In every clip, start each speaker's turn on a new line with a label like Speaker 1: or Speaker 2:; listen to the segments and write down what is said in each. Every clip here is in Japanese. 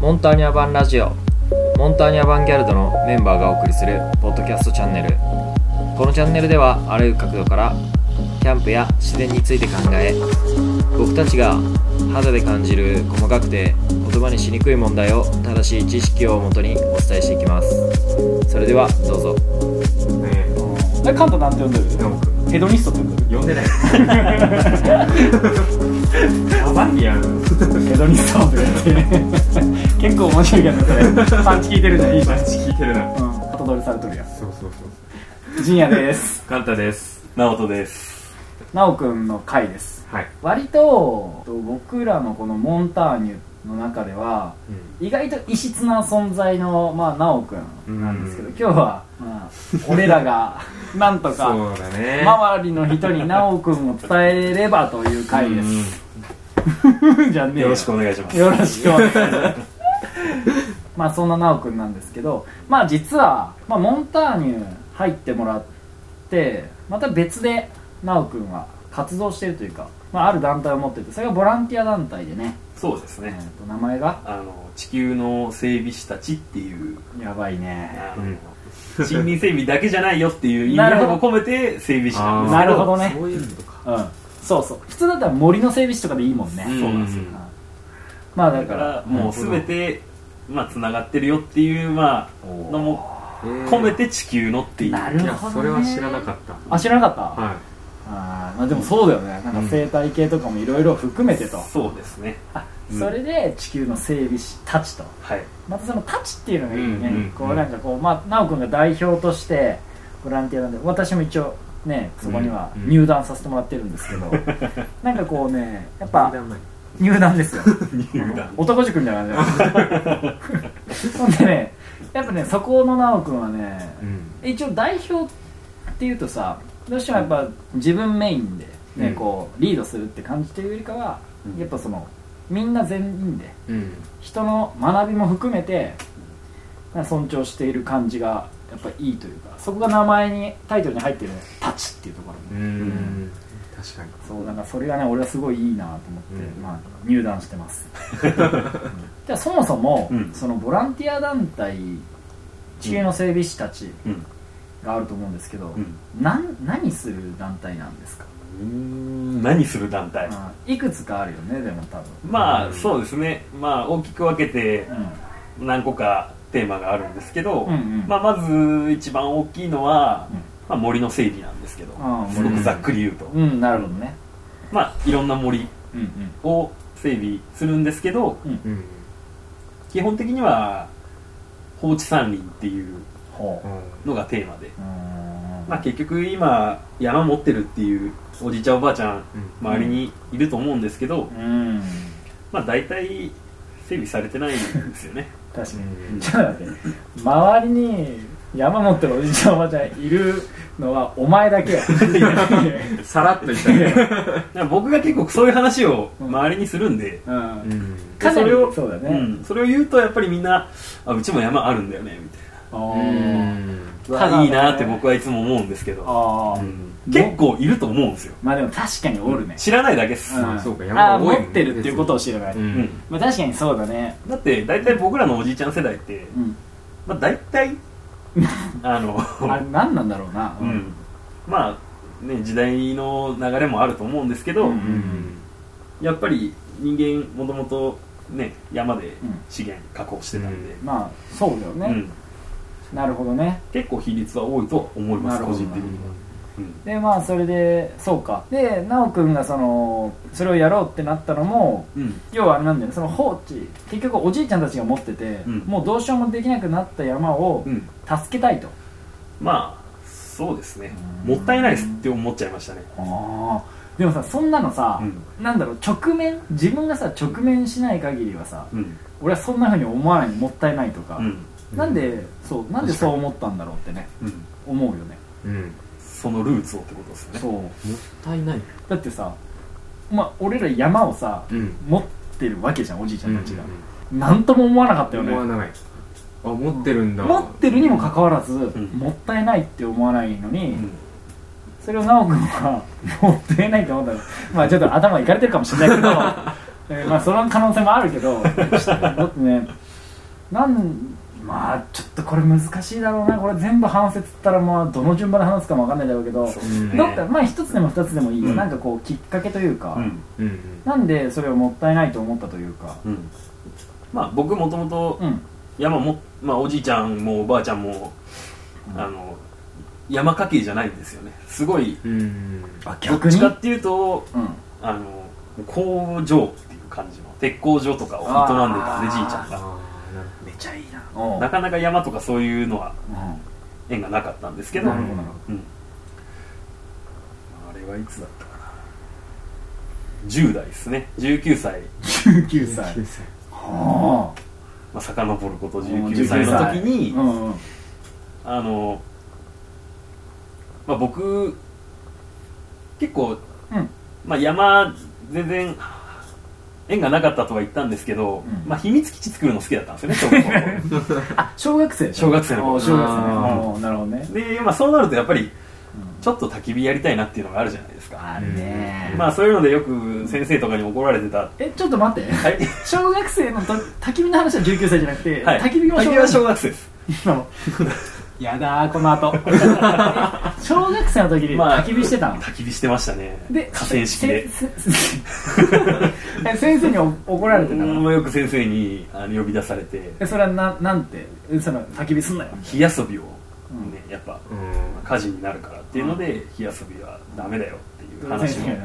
Speaker 1: モンターニャ版ラジオモンターニャ版ギャルドのメンバーがお送りするポッドキャストチャンネルこのチャンネルではあらゆる角度からキャンプや自然について考え僕たちが肌で感じる細かくて言葉にしにくい問題を正しい知識をもとにお伝えしていきますそれではどうぞ
Speaker 2: え
Speaker 3: あれカントなんて呼んで
Speaker 2: ー、
Speaker 3: る
Speaker 2: なんか
Speaker 3: ヘドニストって呼んで
Speaker 2: 呼んでない。やばいやん。
Speaker 3: るヘドニストって呼んでる結構面白いけどねそれパンチ効いてるじゃんいいじゃん
Speaker 2: マジ聞いてるな。
Speaker 3: うん後取りされとるやん
Speaker 2: そうそうそう。
Speaker 3: ジン ヤです
Speaker 2: カンタです。
Speaker 4: 直人です
Speaker 3: ナオくんの回です
Speaker 2: はい。
Speaker 3: 割とと僕らのこのモンターニュの中では意外と異質な存在のまあナオくんなんですけど
Speaker 2: うん
Speaker 3: 今日は、まあ、俺らがなんとか
Speaker 2: そうだね。
Speaker 3: 周りの人にナオくんを伝えればという回ですじゃねえ
Speaker 4: よろしくお願いします
Speaker 3: よろしくお願いします まあそんな奈くんなんですけどまあ実は、まあ、モンターニュ入ってもらってまた別で奈くんは活動してるというか、まあ、ある団体を持っててそれがボランティア団体でね
Speaker 4: そうです
Speaker 3: え
Speaker 4: ね
Speaker 3: ーと名前が
Speaker 4: あの地球の整備士たちっていう
Speaker 3: やばいね
Speaker 4: あの森林整備だけじゃないよっていう意味
Speaker 3: なるほ
Speaker 4: を込めて整備士なんです
Speaker 3: なるほどね
Speaker 2: そういうことか。
Speaker 3: うんそうそう普通だったら森の整備士とかでいいもんね、
Speaker 4: うん
Speaker 2: そうなんですよ
Speaker 3: うんまあだ
Speaker 4: だ
Speaker 3: か
Speaker 4: かららもう全てまあつながってるよっていうまあ
Speaker 3: おー
Speaker 4: のも込
Speaker 2: 込
Speaker 4: めて地球のっていう
Speaker 3: なる
Speaker 2: い
Speaker 3: ほど、
Speaker 2: や、
Speaker 3: ね、
Speaker 2: それは知らなかった。
Speaker 3: あ知らなかった、
Speaker 2: はい。
Speaker 3: あーまあでもそうだよねなんか生態系とかもいろいろ含めてと、
Speaker 4: そうですねうん
Speaker 3: それで地球の整備士たちと
Speaker 4: はい
Speaker 3: またそのたちっていうのがいいよね、
Speaker 2: うんうんうん
Speaker 3: こうなんかこうまあ奈くんが代表としてボランティアなんで私も一応ねそこには
Speaker 2: うんうん
Speaker 3: 入団させてもらってるんですけ ど、なんかこうねやっぱ
Speaker 2: ない。
Speaker 3: 入団ですよ
Speaker 4: 入団
Speaker 3: 男塾みたいな感じだほんでねやっぱねそこの奈くんはね
Speaker 2: うん。
Speaker 3: 一応代表っていうとさどうしてもやっぱ自分メインで、ね
Speaker 2: うん
Speaker 3: こうリードするって感じというよりかは、
Speaker 4: うん
Speaker 3: やっぱそのみんな全員で
Speaker 2: うん。
Speaker 3: 人の学びも含めてなんか尊重している感じがやっぱいいというかそこが名前にタイトルに入ってる「タチ」っていうところ
Speaker 2: う
Speaker 3: も、
Speaker 2: ん。確かに。
Speaker 3: そうなんかそれがね俺はすごいいいなと思って、
Speaker 2: うん
Speaker 3: まあ、入団してます じゃあそもそも、
Speaker 4: うん
Speaker 3: そのボランティア団体地球の整備士たち
Speaker 4: うん
Speaker 3: があると思うんですけど、
Speaker 4: うん
Speaker 3: なん何する団体なんですか、
Speaker 4: うーん何する団体
Speaker 3: まあいくつかあるよねでも多分、
Speaker 4: まあそうですねまあ大きく分けて
Speaker 3: う
Speaker 4: 何個かテーマがあるんですけど、
Speaker 3: ん、うんうん
Speaker 4: まあ、まず一番大きいのは、
Speaker 3: うん
Speaker 4: まあ、森の整備なんですけど
Speaker 3: ああ
Speaker 4: すごくざっくり言うと、
Speaker 3: うんなるほどね
Speaker 4: まあ、いろんな森
Speaker 3: うんうん
Speaker 4: を整備するんですけど
Speaker 2: うん。
Speaker 4: 基本的には放置山林っていう
Speaker 3: ほう
Speaker 4: のがテーマで、
Speaker 3: うーん
Speaker 4: まあ、結局今山持ってるっていうおじいちゃんおばあちゃん
Speaker 2: う
Speaker 4: 周りにいると思うんですけど、
Speaker 3: うん
Speaker 4: まあ、大体整備されてないんですよね
Speaker 3: 確かに
Speaker 2: ん。
Speaker 3: ちょっと待って周りに山持ってるおじいちゃんおばあちゃんいるのはお前だけ や
Speaker 2: さらっと言ったね。
Speaker 4: だから僕が結構そういう話を周りにするんで、
Speaker 3: うん
Speaker 2: うん。
Speaker 3: かな
Speaker 4: そ
Speaker 3: り
Speaker 4: れを
Speaker 3: そうだね、
Speaker 4: うん、それを言うとやっぱりみんなあうちも山あるんだよねみ
Speaker 3: あ
Speaker 2: う
Speaker 3: ー
Speaker 2: ん。
Speaker 4: た
Speaker 3: ただ
Speaker 4: いな
Speaker 3: ね
Speaker 4: いいなって僕はいつも思うんですけど
Speaker 3: あー、
Speaker 4: 結構いると思うんですよ
Speaker 3: まあでも確かにおるね、
Speaker 4: 知らないだけっす、
Speaker 3: うん
Speaker 2: そうか
Speaker 3: あー
Speaker 2: 山多いもんね
Speaker 3: 持ってるっていうことを知らない、
Speaker 2: う
Speaker 4: うん
Speaker 2: ん。
Speaker 3: まあ、確かにそうだね
Speaker 4: だって大体僕らのおじいちゃん世代って、
Speaker 3: うん
Speaker 4: まあ、大 体あの
Speaker 3: あれ何なんだろうな
Speaker 4: う、ん、まあね時代の流れもあると思うんですけど、
Speaker 3: うん
Speaker 2: うん。
Speaker 4: やっぱり人間もともとね山で
Speaker 3: ん
Speaker 4: 資源確保してたんで、
Speaker 3: まあそうだよね、
Speaker 4: うん
Speaker 3: なるほどね
Speaker 4: 結構比率は多いとは思いま
Speaker 3: な
Speaker 4: す
Speaker 3: る
Speaker 4: 個
Speaker 3: ほど
Speaker 4: 人
Speaker 3: な
Speaker 4: 的には、うん
Speaker 3: でまあそれでそうかで奈くんがそのそれをやろうってなったのも
Speaker 4: うん
Speaker 3: 要はあれなんだよねその放置結局おじいちゃんたちが持ってて、
Speaker 4: うん
Speaker 3: もうどうしようもできなくなった山を
Speaker 4: うん、
Speaker 3: 助けたいと、
Speaker 4: まあそうですね
Speaker 3: うん
Speaker 4: もったいないですって思っちゃいましたね
Speaker 3: あーでもさそんなのさ、なんだろう直面自分がさ直面しない限りはさ
Speaker 4: うん
Speaker 3: 俺はそんなふうに思わないもったいないとか、
Speaker 4: うん
Speaker 3: なんでそうなんでそう思ったんだろうってね
Speaker 4: うん
Speaker 3: 思うよね
Speaker 2: うん。
Speaker 4: そのルーツをってことですよね
Speaker 3: そう
Speaker 2: もったいない。
Speaker 3: だってさまあ俺ら山をさ
Speaker 2: うん。
Speaker 3: 持ってるわけじゃんおじいちゃんたちが
Speaker 2: うん、
Speaker 3: なんとも思わなかったよね
Speaker 2: 思わないあ持ってるんだ
Speaker 3: 持ってるにもかかわらず、
Speaker 4: ん
Speaker 3: もったいないって思わないのに、
Speaker 4: うん
Speaker 3: それを奈く君は もったいないと思ったらまあちょっ と頭いかれてるかもしれないけどえーまあその可能性もあるけどちょっとねなんまあちょっとこれ難しいだろうなこれ全部話せっつったらまあどの順番で話すかもわかんないだろうけど
Speaker 4: そうですね
Speaker 3: どっかまあ一つでも二つでもいいよ、
Speaker 4: うん
Speaker 3: なんかこうきっかけというか、
Speaker 4: うん
Speaker 2: うんうん
Speaker 3: なんでそれをもったいないと思ったというか
Speaker 4: うんまあ僕もともと
Speaker 3: うん
Speaker 4: 山も、まあ、おじいちゃんもおばあちゃんも、
Speaker 3: うん
Speaker 4: あの山家系じゃないんですよねすごい
Speaker 2: うんうん
Speaker 4: どっちかっていうと
Speaker 3: うん
Speaker 4: あの工場っていう感じの鉄工所とかを営んでたん
Speaker 3: あー
Speaker 4: でじいちゃんが
Speaker 2: ああなるほ
Speaker 3: めちゃいいなおう
Speaker 4: なかなか山とかそういうのは
Speaker 3: うん
Speaker 4: 縁がなかったんですけど、
Speaker 3: な
Speaker 4: う
Speaker 3: る
Speaker 4: ん
Speaker 3: ほどなるほ
Speaker 4: あれはいつだったかな10代ですね19歳、
Speaker 3: ど19
Speaker 2: ど
Speaker 3: 歳
Speaker 2: 19歳
Speaker 3: は
Speaker 4: まあ、遡ること
Speaker 3: うん
Speaker 4: 19歳の時
Speaker 3: あ
Speaker 4: に
Speaker 3: うんうん
Speaker 4: あの、まあ、僕結構、
Speaker 3: うん
Speaker 4: まあ、山全然縁がなかったとは言ったんですけど、
Speaker 3: うん
Speaker 4: まあ、秘密基地作るの好きだったんですよね小学 校
Speaker 3: あ小学生
Speaker 4: 小学生の頃
Speaker 3: おう小学生ね
Speaker 2: あー
Speaker 3: おうなるほどね
Speaker 4: で、まあ、そうなるとやっぱり
Speaker 3: うん
Speaker 4: ちょっと焚き火やりたいなっていうのがあるじゃないですか
Speaker 3: あるね
Speaker 4: まあそういうのでよく先生とかに怒られてた
Speaker 3: えちょっと待 って
Speaker 4: はい
Speaker 3: 小学生のと焚き火の話は19歳じゃなくて、
Speaker 4: はい
Speaker 3: 焚き火も小
Speaker 4: 焚き火は
Speaker 3: 学生
Speaker 4: 小学生です
Speaker 3: の やだーこの 後小学生の時に
Speaker 4: まあ
Speaker 3: 焚き火してたの、
Speaker 4: 焚き火してましたね
Speaker 3: で
Speaker 4: 河川敷で
Speaker 3: せせせえ先生にお怒られてた
Speaker 4: うん
Speaker 3: の
Speaker 4: よく先生にあの呼び出されて
Speaker 3: えそれはななんてえその焚き火すんなよ
Speaker 4: 火遊びを、ね
Speaker 3: うん
Speaker 4: やっぱ
Speaker 2: うん
Speaker 4: 火事になるからっていうので、火遊びはダメだよっていう
Speaker 3: 先
Speaker 4: 話を
Speaker 3: 生が
Speaker 2: うん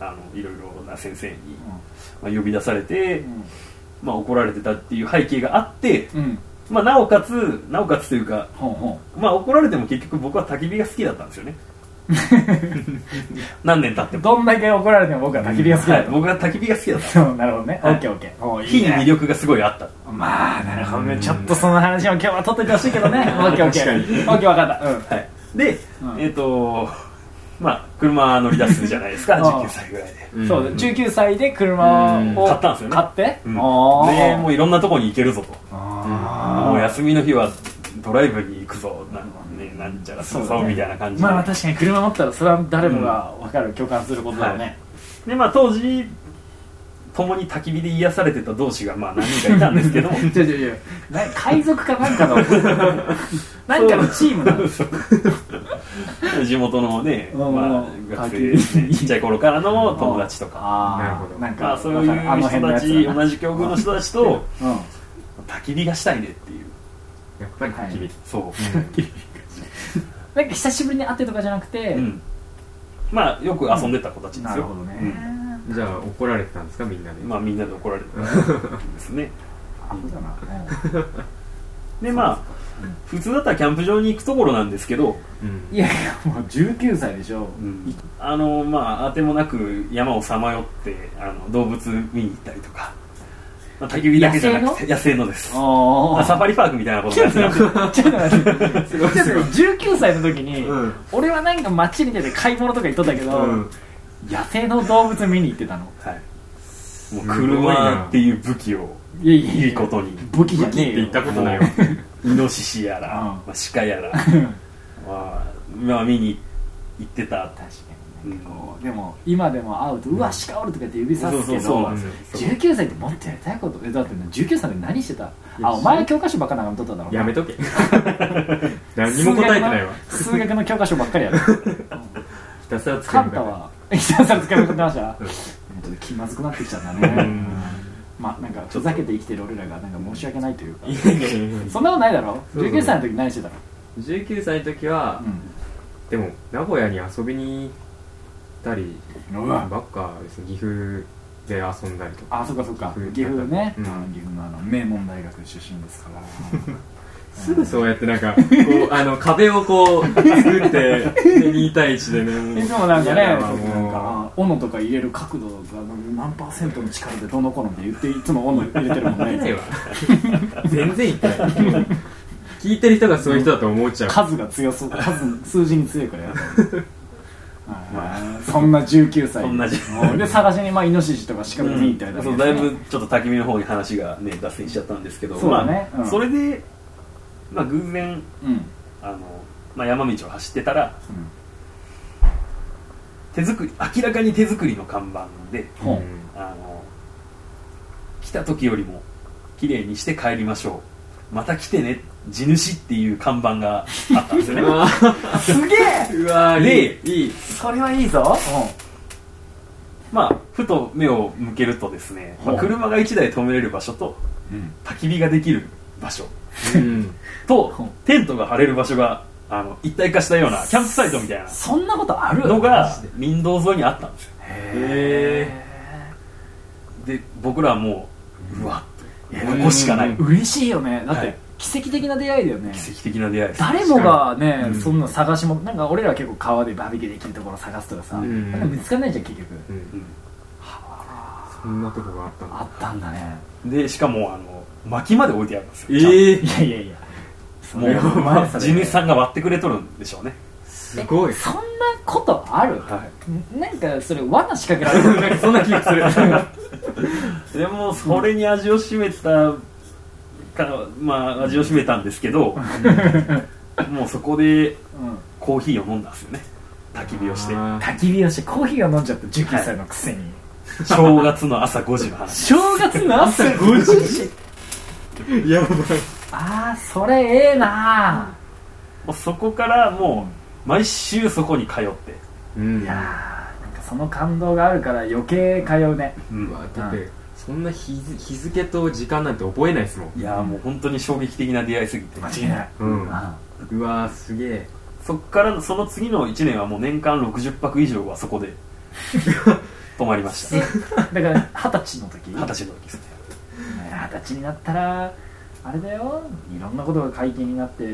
Speaker 4: あのいろいろな先生に、
Speaker 3: う
Speaker 4: まあ、呼び出されて、
Speaker 3: ん
Speaker 4: まあ、怒られてたっていう背景があって、
Speaker 3: うん、うん、
Speaker 4: まあ、なおかつなおかつというか、
Speaker 3: ほうほ
Speaker 4: まあ、怒られても結局僕は焚き火が好きだったんですよ ね何年経って
Speaker 3: う
Speaker 4: も
Speaker 3: どんだけ怒られても僕は焚き火が好きだ
Speaker 4: はい
Speaker 3: と、
Speaker 4: 僕は焚き火が好きだった
Speaker 3: そうなるほどね、
Speaker 4: はい
Speaker 3: オッケーオッケーおうい
Speaker 4: 火
Speaker 3: い
Speaker 4: に
Speaker 3: ね
Speaker 4: 魅力がすごいあった
Speaker 3: まあなるほど
Speaker 2: う
Speaker 3: ね
Speaker 2: ん
Speaker 3: ちょっとその話も今日は取っといてほしいけどねオッケーオッケ
Speaker 2: 確か
Speaker 3: ー
Speaker 2: に
Speaker 3: オッケー分かったうん
Speaker 4: はい、で、
Speaker 3: うん
Speaker 4: えっ、と まあ車乗り出すじゃないですか
Speaker 3: ああ
Speaker 4: 19歳ぐらいで
Speaker 2: うん
Speaker 3: そう19歳で車
Speaker 2: うん
Speaker 3: を
Speaker 4: 買ったんですよね
Speaker 3: 買って、
Speaker 4: うん
Speaker 3: あー
Speaker 4: でもういろんなとこに行けるぞと
Speaker 3: あー
Speaker 4: もう休みの日はドライブに行くぞなん,、ね、なんちゃらする
Speaker 3: そう
Speaker 4: ぞ
Speaker 3: だね
Speaker 4: みたいな感じで,、
Speaker 3: まあ確かに車持ったらそれは誰もが分かる、共感することだよ ね、
Speaker 4: でまあ当時共に焚き火で癒されてた同士がまあ何人かいたんです けど
Speaker 3: ちょちょちょな海賊かなんかのなんかのチームなの
Speaker 4: 地元のね、
Speaker 3: うん
Speaker 4: まあ、学生ですね
Speaker 3: 焚き火
Speaker 4: ちっちゃい頃からの友達とか、
Speaker 3: あー
Speaker 2: なるほど
Speaker 3: なんか
Speaker 4: まあ、そういう
Speaker 3: わかるあの
Speaker 4: 人
Speaker 3: 辺の
Speaker 4: た
Speaker 3: やつ
Speaker 4: ち
Speaker 3: だな
Speaker 4: 同じ境遇の人たちと
Speaker 3: うん
Speaker 4: 焚き火がしたいねっていう
Speaker 2: やっぱり焚き火
Speaker 4: そう
Speaker 3: なんか久しぶりに会ってとかじゃなくて、
Speaker 4: うん、まあよく遊んでた子たちで
Speaker 3: な
Speaker 4: す
Speaker 3: る
Speaker 4: よ、
Speaker 3: ほどね、
Speaker 2: うんじゃあ怒られてたんですかみんなで
Speaker 4: うんまあみんなで怒られてたんで すね
Speaker 3: あそうだな
Speaker 4: でまあ普通だったらキャンプ場に行くところなんですけど、
Speaker 2: うん
Speaker 3: いやいやもう19歳でしょ、
Speaker 4: あのまあ当てもなく山をさまよってあの動物見に行ったりとか、まあ、焚き火だけじゃなくて野生のです
Speaker 3: あ
Speaker 4: あサファリパークみたいなことですね
Speaker 3: ちょっと待ってちょっと19歳の時に、
Speaker 2: うん
Speaker 3: 俺はなんか街に出て買い物とか行っとったけど、
Speaker 2: うん
Speaker 3: 野生の動物見に行ってたの
Speaker 4: はいもう
Speaker 2: すごいな
Speaker 4: 車っていう武器を
Speaker 3: いやいや
Speaker 4: いいことに
Speaker 3: 武器じゃねえ
Speaker 2: って言
Speaker 3: よ
Speaker 2: ったことないわ
Speaker 4: もうイノシシやら、
Speaker 3: うん
Speaker 4: まあ、鹿 やら、まあ、まあ見に行ってた
Speaker 3: 確かになんかこう、でも今でも会うと「うわ鹿おる」とかって指さすけ
Speaker 4: そうそうそ
Speaker 3: ど
Speaker 4: う
Speaker 3: 19歳ってもっとやりたいことえだってね19歳で何してたあお前は教科書ばっかなんか取っただろ
Speaker 2: やめと け何にも答えてないわ
Speaker 3: 数学の数学の教科書ばっかりやる
Speaker 2: ひたすら
Speaker 3: カ
Speaker 2: 作る
Speaker 3: ン
Speaker 2: ん
Speaker 3: タ
Speaker 2: だね
Speaker 3: はひたすら使いまくってました
Speaker 2: うん
Speaker 3: ちょっと気まずくなってきちゃったね
Speaker 2: うん
Speaker 3: まあなんかふざけて生きてる俺らがなんか申し訳ないというか
Speaker 2: いやいやいや
Speaker 3: そんなことないだろ
Speaker 2: そうそう
Speaker 3: 19歳の時何してたの
Speaker 2: 19歳の時はでも名古屋に遊びに行ったり
Speaker 3: うんう
Speaker 2: ば
Speaker 3: わ
Speaker 2: っかですね岐阜で遊んだりとか
Speaker 3: あそっかそっか岐
Speaker 2: 岐
Speaker 3: 阜
Speaker 2: 阜
Speaker 3: ね
Speaker 2: うん
Speaker 3: うん岐阜のあの名門大学出身ですから
Speaker 2: すぐそうやってなんかこ うあの壁をこう作ってで2対1でねもう
Speaker 3: いつもなんかね、
Speaker 2: 嫌だわ
Speaker 3: なん
Speaker 2: も
Speaker 3: か、斧とか入れる角度が何パーセントの力でどうのこうのって言って、いつも斧入れてるも
Speaker 2: う言
Speaker 3: ん
Speaker 2: ってない
Speaker 3: ね。
Speaker 2: わ全然言ってない聞いてる人がそういう人だと思っちゃう
Speaker 3: 数が強そう、数、数字に強いからや っぱりあーそんな19歳
Speaker 4: そんな
Speaker 3: もうで探しにまあイノシシとかシカ
Speaker 4: う
Speaker 3: ゴ見に行ったり
Speaker 4: ん
Speaker 3: だ
Speaker 4: そうだいぶちょっと焚き火の方に話がね脱線しちゃったんですけど
Speaker 3: そうだね
Speaker 4: まあ
Speaker 3: うん
Speaker 4: それで、まあ、偶然
Speaker 3: うんうん
Speaker 4: あの、まあ、山道を走ってたら手作り明らかに手作りの看板で
Speaker 3: ほう
Speaker 2: うん
Speaker 4: あの来た時よりも綺麗にして帰りましょうまた来てね地主っていう看板があった んですよね
Speaker 2: うわ
Speaker 3: すげえ
Speaker 2: うわ
Speaker 4: で
Speaker 2: いいいい
Speaker 3: それはいいぞ
Speaker 4: まあふと目を向けるとですね、まあ
Speaker 3: ほう
Speaker 4: 車が1台止めれる場所と
Speaker 3: うん
Speaker 4: 焚き火ができる場所
Speaker 2: うん
Speaker 3: ほう
Speaker 4: とテントが張れる場所があの一体化したようなキャンプサイトみたいな
Speaker 3: そんなことある
Speaker 4: の
Speaker 3: マ
Speaker 4: が
Speaker 3: ジで
Speaker 4: 林道沿いにあったんですよ
Speaker 2: へ
Speaker 4: で僕らはもううわっとここしかない
Speaker 2: うん
Speaker 3: 嬉しいよねだっ
Speaker 4: は
Speaker 3: て
Speaker 4: い
Speaker 3: 奇跡的な出会いだよね
Speaker 4: 奇跡的な出会いです
Speaker 3: 誰もがね、
Speaker 4: うん
Speaker 3: そんな探しもなんか俺ら結構川でバーベキューできるところ探すとかさ、
Speaker 2: うん
Speaker 3: なんか見つかんないじゃん結局
Speaker 2: え
Speaker 4: うん
Speaker 2: そんなとこがあったんだ
Speaker 3: あったんだね
Speaker 4: でしかもあの薪まで置いてあるんですよ
Speaker 2: ええ
Speaker 3: いやいやいやそ
Speaker 4: も
Speaker 3: れはお前
Speaker 4: う
Speaker 3: それ
Speaker 4: 地主さんが割ってくれとるんでしょうね
Speaker 2: すごい
Speaker 3: そんなことある、
Speaker 4: は
Speaker 3: なんかそれ罠仕掛けられる
Speaker 2: そんな気がする
Speaker 4: いでもそれに味を占めたかまあ味を占めたんですけど、もうそこで
Speaker 3: うん
Speaker 4: コーヒーを飲んだんですよね焚き火をして
Speaker 2: あー
Speaker 3: 焚き火をしてコーヒーが飲んじゃった19歳のくせに、
Speaker 4: 正月の朝5時の話
Speaker 3: 正月の朝5時
Speaker 2: やばい
Speaker 3: ああそれええな
Speaker 4: もうそこからもう毎週そこに通って、
Speaker 2: うん
Speaker 3: いやーなんかその感動があるから余計通うね
Speaker 4: うん
Speaker 2: うわだってそんな日付日付と時間なんて覚えないですもん
Speaker 4: いやーもう本当に衝撃的な出会いすぎて
Speaker 3: 間違いない、
Speaker 2: うん
Speaker 3: あ
Speaker 2: うわーすげえ
Speaker 4: そっからその次の1年はもう年間60泊以上はそこ で泊まりました
Speaker 3: えだから二十歳の時
Speaker 4: 二十歳の時ですね
Speaker 3: ね二十歳になったらあれだよいろんなことが解禁になって、い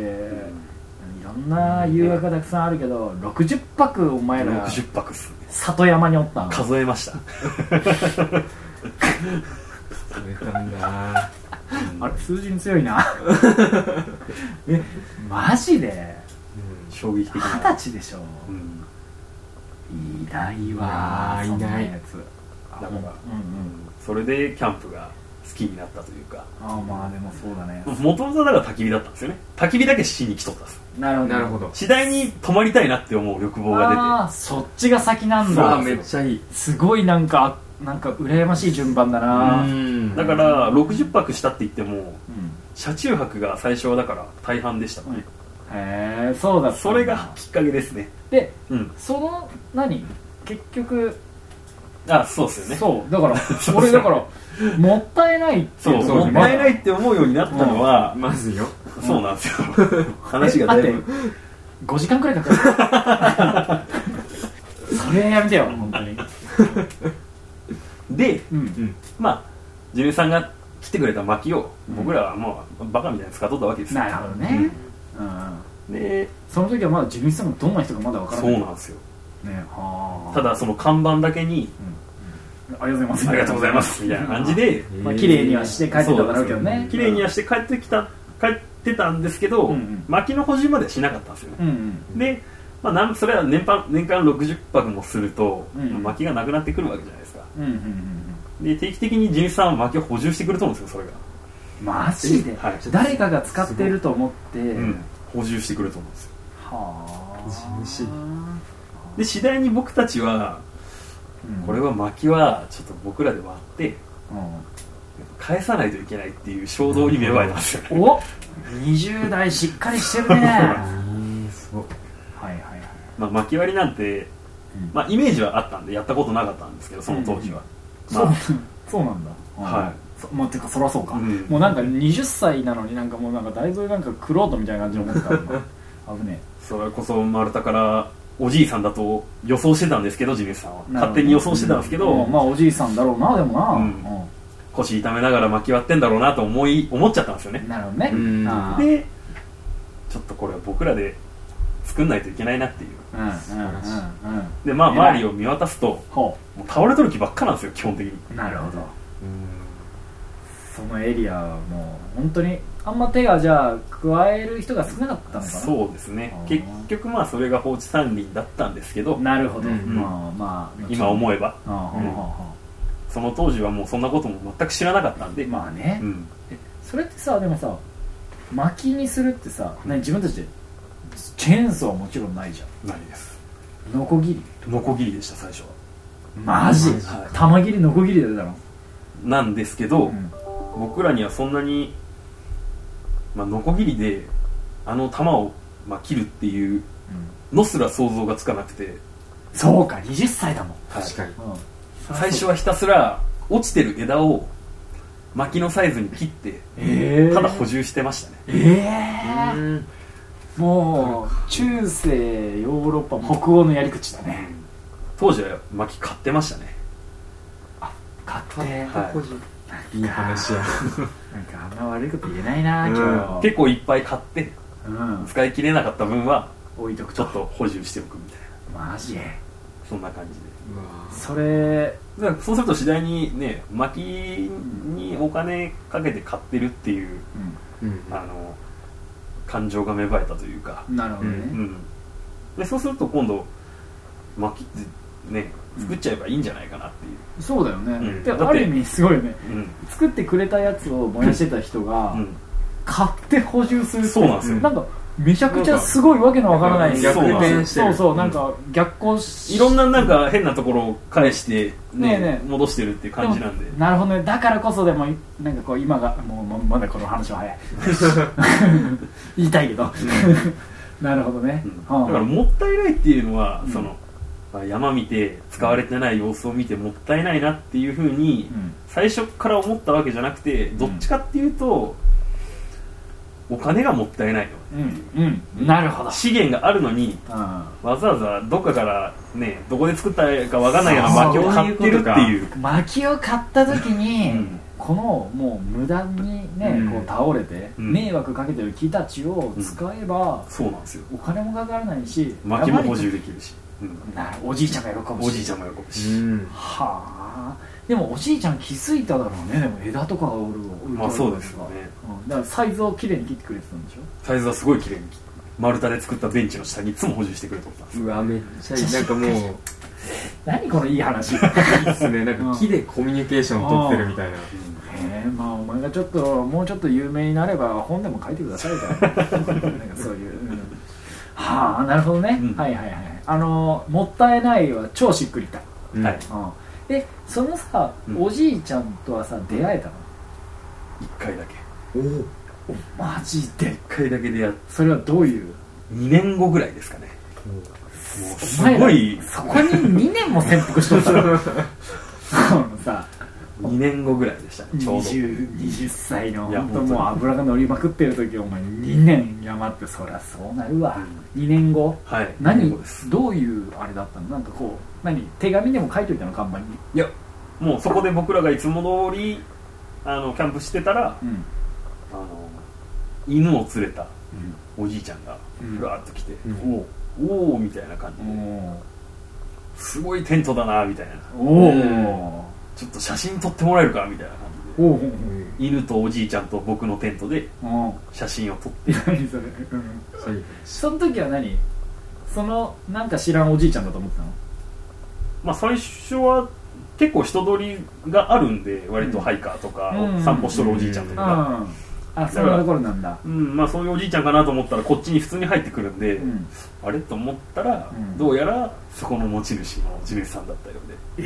Speaker 3: ろんな誘惑がたくさんあるけど60泊お前ら
Speaker 4: 60泊っすね
Speaker 3: 里山におったの
Speaker 4: 数えました
Speaker 2: 食べたんだな
Speaker 3: あれ数字に強いなえマジで
Speaker 2: うん
Speaker 4: 衝撃的
Speaker 3: 二十
Speaker 4: な、
Speaker 3: 歳でしょ
Speaker 4: うん、
Speaker 3: いないわ
Speaker 2: いやー
Speaker 3: そん
Speaker 2: いない
Speaker 3: やつ
Speaker 4: だから
Speaker 3: うんうん
Speaker 4: それでキャンプが好きになったというか
Speaker 3: あーまあでもそうだね
Speaker 4: もともとだから焚き火だったんですよね焚き火だけしに来とったんです
Speaker 3: なるほど
Speaker 2: なるほど
Speaker 4: 次第に泊まりたいなって思う欲望が
Speaker 3: ああそっちが先なん
Speaker 2: さあ
Speaker 3: だ
Speaker 2: めっちゃいい
Speaker 3: すごいなんかなんか羨ましい順番だな
Speaker 2: うん
Speaker 4: 出てだから60泊したって言っても
Speaker 3: うん
Speaker 4: 車中泊が最初はだから大半でしたね、
Speaker 3: へえそうだ
Speaker 4: それがきっかけですね
Speaker 3: で
Speaker 4: うん
Speaker 3: その何結局
Speaker 4: あそうですよね
Speaker 3: そう だから俺だからもったいないってい
Speaker 4: そう
Speaker 3: う
Speaker 2: そう
Speaker 4: も
Speaker 2: ね
Speaker 4: ったいないって思うようになったのは、
Speaker 2: まずよ
Speaker 4: そうなんですよ 話がだいぶ
Speaker 3: 5時間くらいかかる それやめてよ本当に
Speaker 4: で
Speaker 3: うん
Speaker 4: まあジュニさんが来てくれた薪を僕らはもうバカみたいに使っとったわけですよ
Speaker 3: なるほどねうん
Speaker 4: で
Speaker 3: その時はまだ自分さんがどんな人かまだわから
Speaker 4: そ
Speaker 3: な
Speaker 4: う
Speaker 3: いね
Speaker 4: なんですよ
Speaker 3: はあ
Speaker 4: ただその看板だけに
Speaker 3: ありがとうございま
Speaker 4: 「
Speaker 3: す
Speaker 4: ありがとうございます」みたいな感じ で
Speaker 3: まあ綺麗にはして帰ってただろうけど
Speaker 4: そうなん
Speaker 3: ね
Speaker 4: ですよ綺麗にはして帰ってきた帰ってたんですけど、
Speaker 3: うんうん
Speaker 4: 薪の補充まではしなかったんですよ
Speaker 3: う
Speaker 4: ね、
Speaker 3: んうん
Speaker 4: で、まあ、なんそれは年間年間60泊もすると、
Speaker 3: うん
Speaker 4: 薪がなくなってくるわけじゃないですか
Speaker 3: うんうんうん
Speaker 4: で定期的に地主さんは薪を補充してくれとるんですよそれが
Speaker 3: うんマジで
Speaker 4: はい
Speaker 3: 誰かが使ってると思って
Speaker 4: うん、補充してくると思うんですよ
Speaker 3: はあ
Speaker 2: 地主
Speaker 4: で次第に僕たちは
Speaker 3: うん
Speaker 4: これは薪はちょっと僕らで割って
Speaker 3: う
Speaker 4: 返さないといけないっていう衝動に芽生えたんですよね
Speaker 3: ん、お20代しっかりしてるね は
Speaker 2: えすごい
Speaker 3: いはいはい、
Speaker 4: まあ薪割りなんて、
Speaker 3: うん
Speaker 4: まあ、イメージはあったんでやったことなかったんですけどその当時は、ま
Speaker 3: そうそうなんだ、
Speaker 4: はい
Speaker 3: そまあ、てかそりゃそうか、
Speaker 4: うん
Speaker 3: もうなんか20歳なのになんかもうなんかだいぶなんかクロートみたいな感じの思って た今危ね
Speaker 4: それこそ丸太からおじいさんだと予想してたんですけどジミーさんは
Speaker 3: なるほど
Speaker 4: 勝手に予想してたんですけ
Speaker 3: え
Speaker 4: ど、
Speaker 3: うんまあおじいさんだろうなでもな、
Speaker 4: うん
Speaker 3: う
Speaker 4: 腰痛めながら薪割ってんだろうなと思い思っちゃったんですよね
Speaker 3: んなるほどね
Speaker 2: うん
Speaker 3: あー
Speaker 4: でちょっとこれは僕らで作んないといけないなっていう
Speaker 3: うんうんうんうん
Speaker 4: でまあ
Speaker 3: 偉い
Speaker 4: 周りを見渡すと
Speaker 3: ほ
Speaker 4: もう倒れとる気ばっかなんですよ基本的に
Speaker 3: うなるほど
Speaker 2: うん
Speaker 3: そのエリアはもう本当にあんま手がじゃあ加える人が少なかったのかな
Speaker 4: そうですね
Speaker 3: あー
Speaker 4: 結局まあそれが放置山林だったんですけど
Speaker 3: なるほど、
Speaker 2: うん
Speaker 3: まあまあ
Speaker 4: 今
Speaker 3: え
Speaker 4: 思えば
Speaker 3: ああ、
Speaker 4: うん
Speaker 3: あ
Speaker 4: その当時はもうそんなことも全く知らなかったんで、
Speaker 3: あまあね、
Speaker 4: うん、
Speaker 3: それってさでもさ薪にするってさ何自分たちでチェーンソーはもちろんないじゃ
Speaker 4: ないです
Speaker 3: んノコギリ
Speaker 4: ノコギリでした最初は
Speaker 3: マジ
Speaker 4: はい
Speaker 3: 玉切りノコギリで出たの
Speaker 4: なんですけど、
Speaker 3: うん
Speaker 4: 僕らにはそんなに、まあ、ノコギリであの玉を、まあ、切るっていうのすら想像がつかなくて、
Speaker 3: そうか20歳だもん、
Speaker 2: 確かに
Speaker 4: 最初はひたすら落ちてる枝を薪のサイズに切って
Speaker 3: ええ
Speaker 4: ただ補充してましたね
Speaker 3: ええ
Speaker 2: うん
Speaker 3: もう中世ヨーロッパ北欧のやり口だね
Speaker 4: 当時は薪買ってましたね
Speaker 3: 買って
Speaker 4: はい
Speaker 2: いい話や
Speaker 3: なんかあんま悪いこと言えないな
Speaker 2: うん
Speaker 3: 今日
Speaker 4: 結構いっぱい買って
Speaker 3: うん
Speaker 4: 使い切れなかった分は
Speaker 3: 置いとく
Speaker 4: ちょ
Speaker 3: と
Speaker 4: っと補充しておくみたいな
Speaker 3: マジ
Speaker 4: そんな感じで
Speaker 2: うわ
Speaker 3: それ
Speaker 4: だからそうすると次第にね薪にお金かけて買ってるっていう
Speaker 2: うん
Speaker 4: あの感情が芽生えたというか、
Speaker 3: なるほど
Speaker 2: う
Speaker 4: うん
Speaker 3: ね
Speaker 4: ん、でそうすると今度薪ってね作っちゃえばいいんじゃないかなっていう、
Speaker 3: そうだよ
Speaker 4: う
Speaker 3: ね
Speaker 4: ん
Speaker 3: で
Speaker 4: だって
Speaker 3: ある意味すごいよね
Speaker 4: うん
Speaker 3: 作ってくれたやつを燃やしてた人が
Speaker 4: うん
Speaker 3: 買って補充するって
Speaker 4: そうなんですよ
Speaker 3: なんかめちゃくちゃすごいわけのわからない
Speaker 4: なんか逆転
Speaker 2: してる
Speaker 3: そうそうなんか逆行し
Speaker 4: いろんななんか変なところを返して、ね
Speaker 3: ねえねえ
Speaker 4: 戻してるっていう感じなんで
Speaker 3: もなるほどねだからこそでもいなんかこう今がもうままだこの話は早い 言いたいけどなるほどね、
Speaker 4: うん
Speaker 3: はあ
Speaker 4: だからもったいないっていうのは、
Speaker 3: うん
Speaker 4: そのまあ山見て使われてない様子を見てもったいないなっていうふうに、
Speaker 3: うん
Speaker 4: 最初から思ったわけじゃなくてどっちかっていうと、お金がもったいないよ
Speaker 3: うん、うん、なるほど、
Speaker 4: 資源があるのに
Speaker 3: う
Speaker 4: わざわざどっかからねどこで作ったかわかんないような
Speaker 3: そう、
Speaker 4: 薪を買ってるっていううん
Speaker 3: 薪を買った時に、
Speaker 4: うん
Speaker 3: このもう無駄にね、
Speaker 2: うん
Speaker 3: こう倒れて、
Speaker 4: うん
Speaker 3: 迷惑かけてる木たちを使えば、
Speaker 4: そうなんですよ
Speaker 3: お金もかからないし
Speaker 4: 薪も
Speaker 3: やっぱり
Speaker 4: 補充できるし、うん
Speaker 3: なるおじいちゃんが喜ぶし
Speaker 4: おじいちゃんも喜ぶし、
Speaker 2: うん
Speaker 3: はあでもおじいちゃん気づいただろうねでも枝とかがおる
Speaker 4: まあそうですよね
Speaker 3: うんだからサイズをきれいに切ってくれてたんでしょ
Speaker 4: サイズはすごい綺麗に丸太で作ったベンチの下にいつも補充してくれておったんです
Speaker 2: うわめっちゃいいなんかもういい
Speaker 3: 何このいい話へ
Speaker 2: っすねなんか木でコミュニケーションを取ってるみたいな
Speaker 3: えまあお前がちょっともうちょっと有名になれば本でも書いてくださいよ なんかそういう、うんはあなるほどね、
Speaker 4: うん
Speaker 3: はいはいはいあのもったいないは超しっくりきた、
Speaker 2: うん
Speaker 4: はい
Speaker 3: うん、でそのさ、
Speaker 4: うん
Speaker 3: おじいちゃんとはさ出会えたの
Speaker 4: 一回だけ
Speaker 2: おお
Speaker 3: マジで
Speaker 4: 一回だけでやっ
Speaker 3: それはどういう
Speaker 4: 2年後ぐらいですかねもうす
Speaker 3: お
Speaker 4: ご
Speaker 3: 前
Speaker 4: い
Speaker 3: らそこに2年も潜伏しと ったのそのさ
Speaker 4: 2年後ぐらいでしたねちょうど
Speaker 3: 20, 20歳の
Speaker 4: いや
Speaker 3: 本当
Speaker 4: 本当
Speaker 3: もう
Speaker 4: に
Speaker 3: 脂が乗りまくってる時お前2年山ってそりゃそうなるわ、2年後
Speaker 4: はい二年
Speaker 3: 何
Speaker 4: 後です
Speaker 3: どういうあれだったのなんかこう何手紙でも書いといたの看板に
Speaker 4: いやもうそこで僕らがいつも通りあのキャンプしてたら
Speaker 3: うん
Speaker 4: あの犬を連れたおじいちゃんが
Speaker 3: うん
Speaker 4: ふらっと来て、
Speaker 2: うん
Speaker 4: おうおおみたいな感じで、すごいテントだなみたいな
Speaker 3: おお
Speaker 4: ちょっと写真撮ってもらえるかみたいな感
Speaker 3: おお
Speaker 2: うん
Speaker 4: じで犬とおじいちゃんと僕のテントで
Speaker 3: おお
Speaker 4: 写真を撮って
Speaker 3: 何それ、うん、
Speaker 2: そういう
Speaker 3: その時は何そのなんか知らんおじいちゃんだと思ってたの
Speaker 4: まあ最初は結構人通りがあるんで割とハイカーとか
Speaker 3: うん
Speaker 4: 散歩しとるおじいちゃんとかが、
Speaker 3: うんあそんなところなんだ
Speaker 4: うんまあ、そういうおじいちゃんかなと思ったらこっちに普通に入ってくるんで、
Speaker 3: うん
Speaker 4: あれと思ったら、
Speaker 3: うん
Speaker 4: どうやらそこの持ち主の地主さんだったよう
Speaker 3: え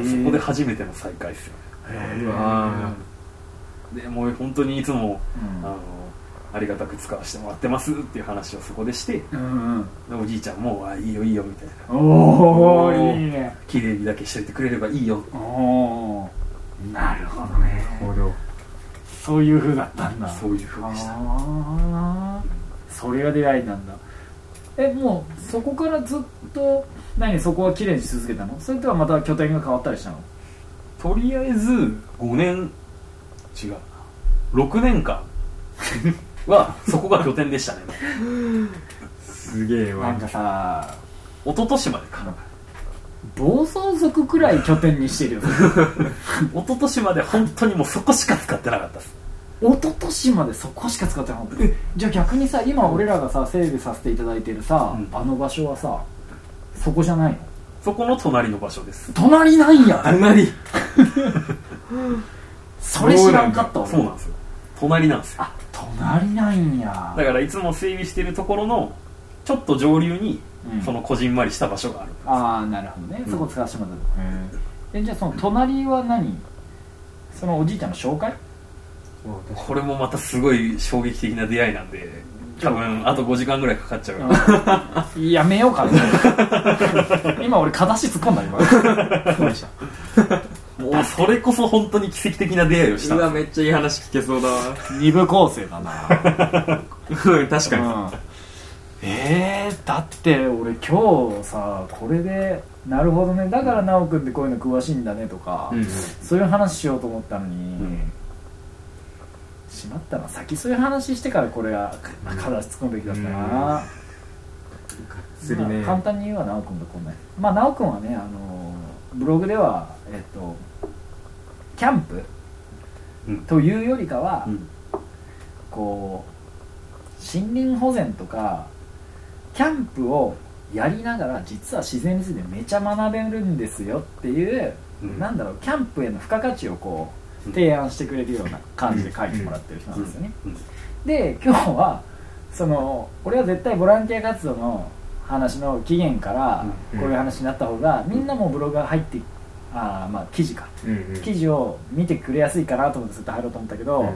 Speaker 4: で、そこで初めての再会ですよ
Speaker 2: うわ
Speaker 4: ねでもう本当にいつも、
Speaker 3: うん
Speaker 4: あのありがたく使わせてもらってますっていう話をそこでして
Speaker 3: うんうん
Speaker 4: でおじいちゃんも「あいいよいいよ」みたいな
Speaker 3: おお
Speaker 4: おー
Speaker 3: いいね
Speaker 4: 「綺麗にだけしててくれればいいよ
Speaker 3: おおなるほどね
Speaker 2: なるほど
Speaker 3: そういう風だったんだ」
Speaker 4: そういうふうにした
Speaker 3: あーそれが出会いなんだえもうそこからずっと何そこは綺麗にし続けたのそれとはまた拠点が変わったりしたの
Speaker 4: とりあえず5年違うな6年間 はそこが拠点でしたね
Speaker 2: すげえわ
Speaker 3: なんかさ
Speaker 4: 一昨年までか
Speaker 3: 暴走族くらい拠点に してるよ
Speaker 4: 一昨年まで本当にもうそこしか使ってなかったです
Speaker 3: 一昨年までそこしか使ってなかったじゃあ逆にさ今俺らがさ整備させていただいてるさ、
Speaker 4: うん
Speaker 3: あの場所はさそこじゃないの
Speaker 4: そこの隣の場所です
Speaker 3: 隣なんや
Speaker 2: 隣
Speaker 3: それ知らんかった
Speaker 4: そう
Speaker 3: 俺
Speaker 4: なんですよ隣なんですよ
Speaker 3: あ隣なんや
Speaker 4: だからいつも整備してるところのちょっと上流に
Speaker 3: うん
Speaker 4: そのこじんまりした場所がある、
Speaker 3: ああなるほどねそこ使わせてもらったとえじゃあその隣は何そのおじいちゃんの紹介
Speaker 4: これもまたすごい衝撃的な出会いなんで多分あと5時間ぐらいかかっちゃう、
Speaker 3: うん やめようかな 今俺片足突っ込んだ今
Speaker 4: もうそれこそ本当に奇跡的な出会いをした
Speaker 2: うわめっちゃいい話聞けそうだわ
Speaker 3: 二部構成だな、
Speaker 2: うん確かに
Speaker 3: うんえー、だって俺今日さこれでなるほどねだから奈く君ってこういうの詳しいんだねとか、
Speaker 2: うん
Speaker 3: そういう話しようと思ったのに、
Speaker 4: ん
Speaker 3: しまったな先そういう話してからこれはか片足突っ込むべきだったな、
Speaker 2: うん釣りね
Speaker 3: まあ簡単に言うは奈く君がこんなまあ奈く君はねあのブログではえっとキャンプ、
Speaker 4: うん
Speaker 3: というよりかは、
Speaker 4: うん
Speaker 3: こう森林保全とかキャンプをやりながら実は自然についてめちゃ学べるんですよっていう、
Speaker 4: うん
Speaker 3: なんだろうキャンプへの付加価値をこう
Speaker 4: うん
Speaker 3: 提案してくれるような感じで書いてもらってる人なんですよね、
Speaker 4: うんうん
Speaker 3: で今日はその俺は絶対ボランティア活動の話の期限から
Speaker 2: うん
Speaker 3: こういう話になった方がみんなもブログが入ってあーまあ記事か
Speaker 2: うんうん
Speaker 3: 記事を見てくれやすいかなと思ってずっと入ろうと思ったけど、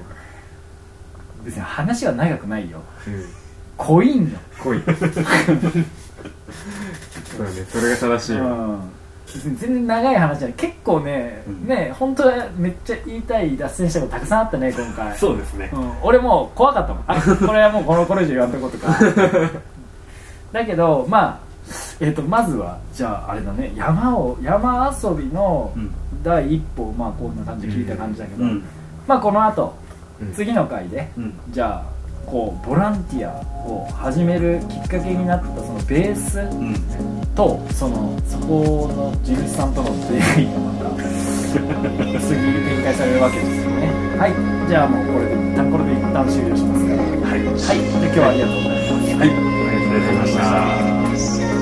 Speaker 3: 別に話は長くないよ
Speaker 2: うん
Speaker 3: 濃いんよ、
Speaker 2: 濃いそうねそれが正し
Speaker 3: う
Speaker 2: いわ
Speaker 3: ん、別に全然長い話じゃない結構ね、
Speaker 4: うん
Speaker 3: ね本当はめっちゃ言いたい脱線したことたくさんあったね今回
Speaker 4: そうですね
Speaker 3: うん、俺もう怖かったもんあこれはもうこの頃以上言わんとこと かだけどまあえー、とまずはじゃああれだね山を山遊びの
Speaker 4: うん
Speaker 3: 第一歩をまあこんな感じで聞いた感じだけど、
Speaker 4: うん
Speaker 3: まあこの後
Speaker 2: うん
Speaker 3: 次の回で
Speaker 4: うん
Speaker 3: じゃあこうボランティアを始めるきっかけになったそのベース
Speaker 4: うん
Speaker 3: とそのそこの地主さんとの出会いがまた次展開されるわけですよねはいじゃあもうこれで一旦これで一旦終了しますからはい、はい、じゃあ今日はありがとうございます
Speaker 4: はいありがとうございまし
Speaker 5: 「
Speaker 4: た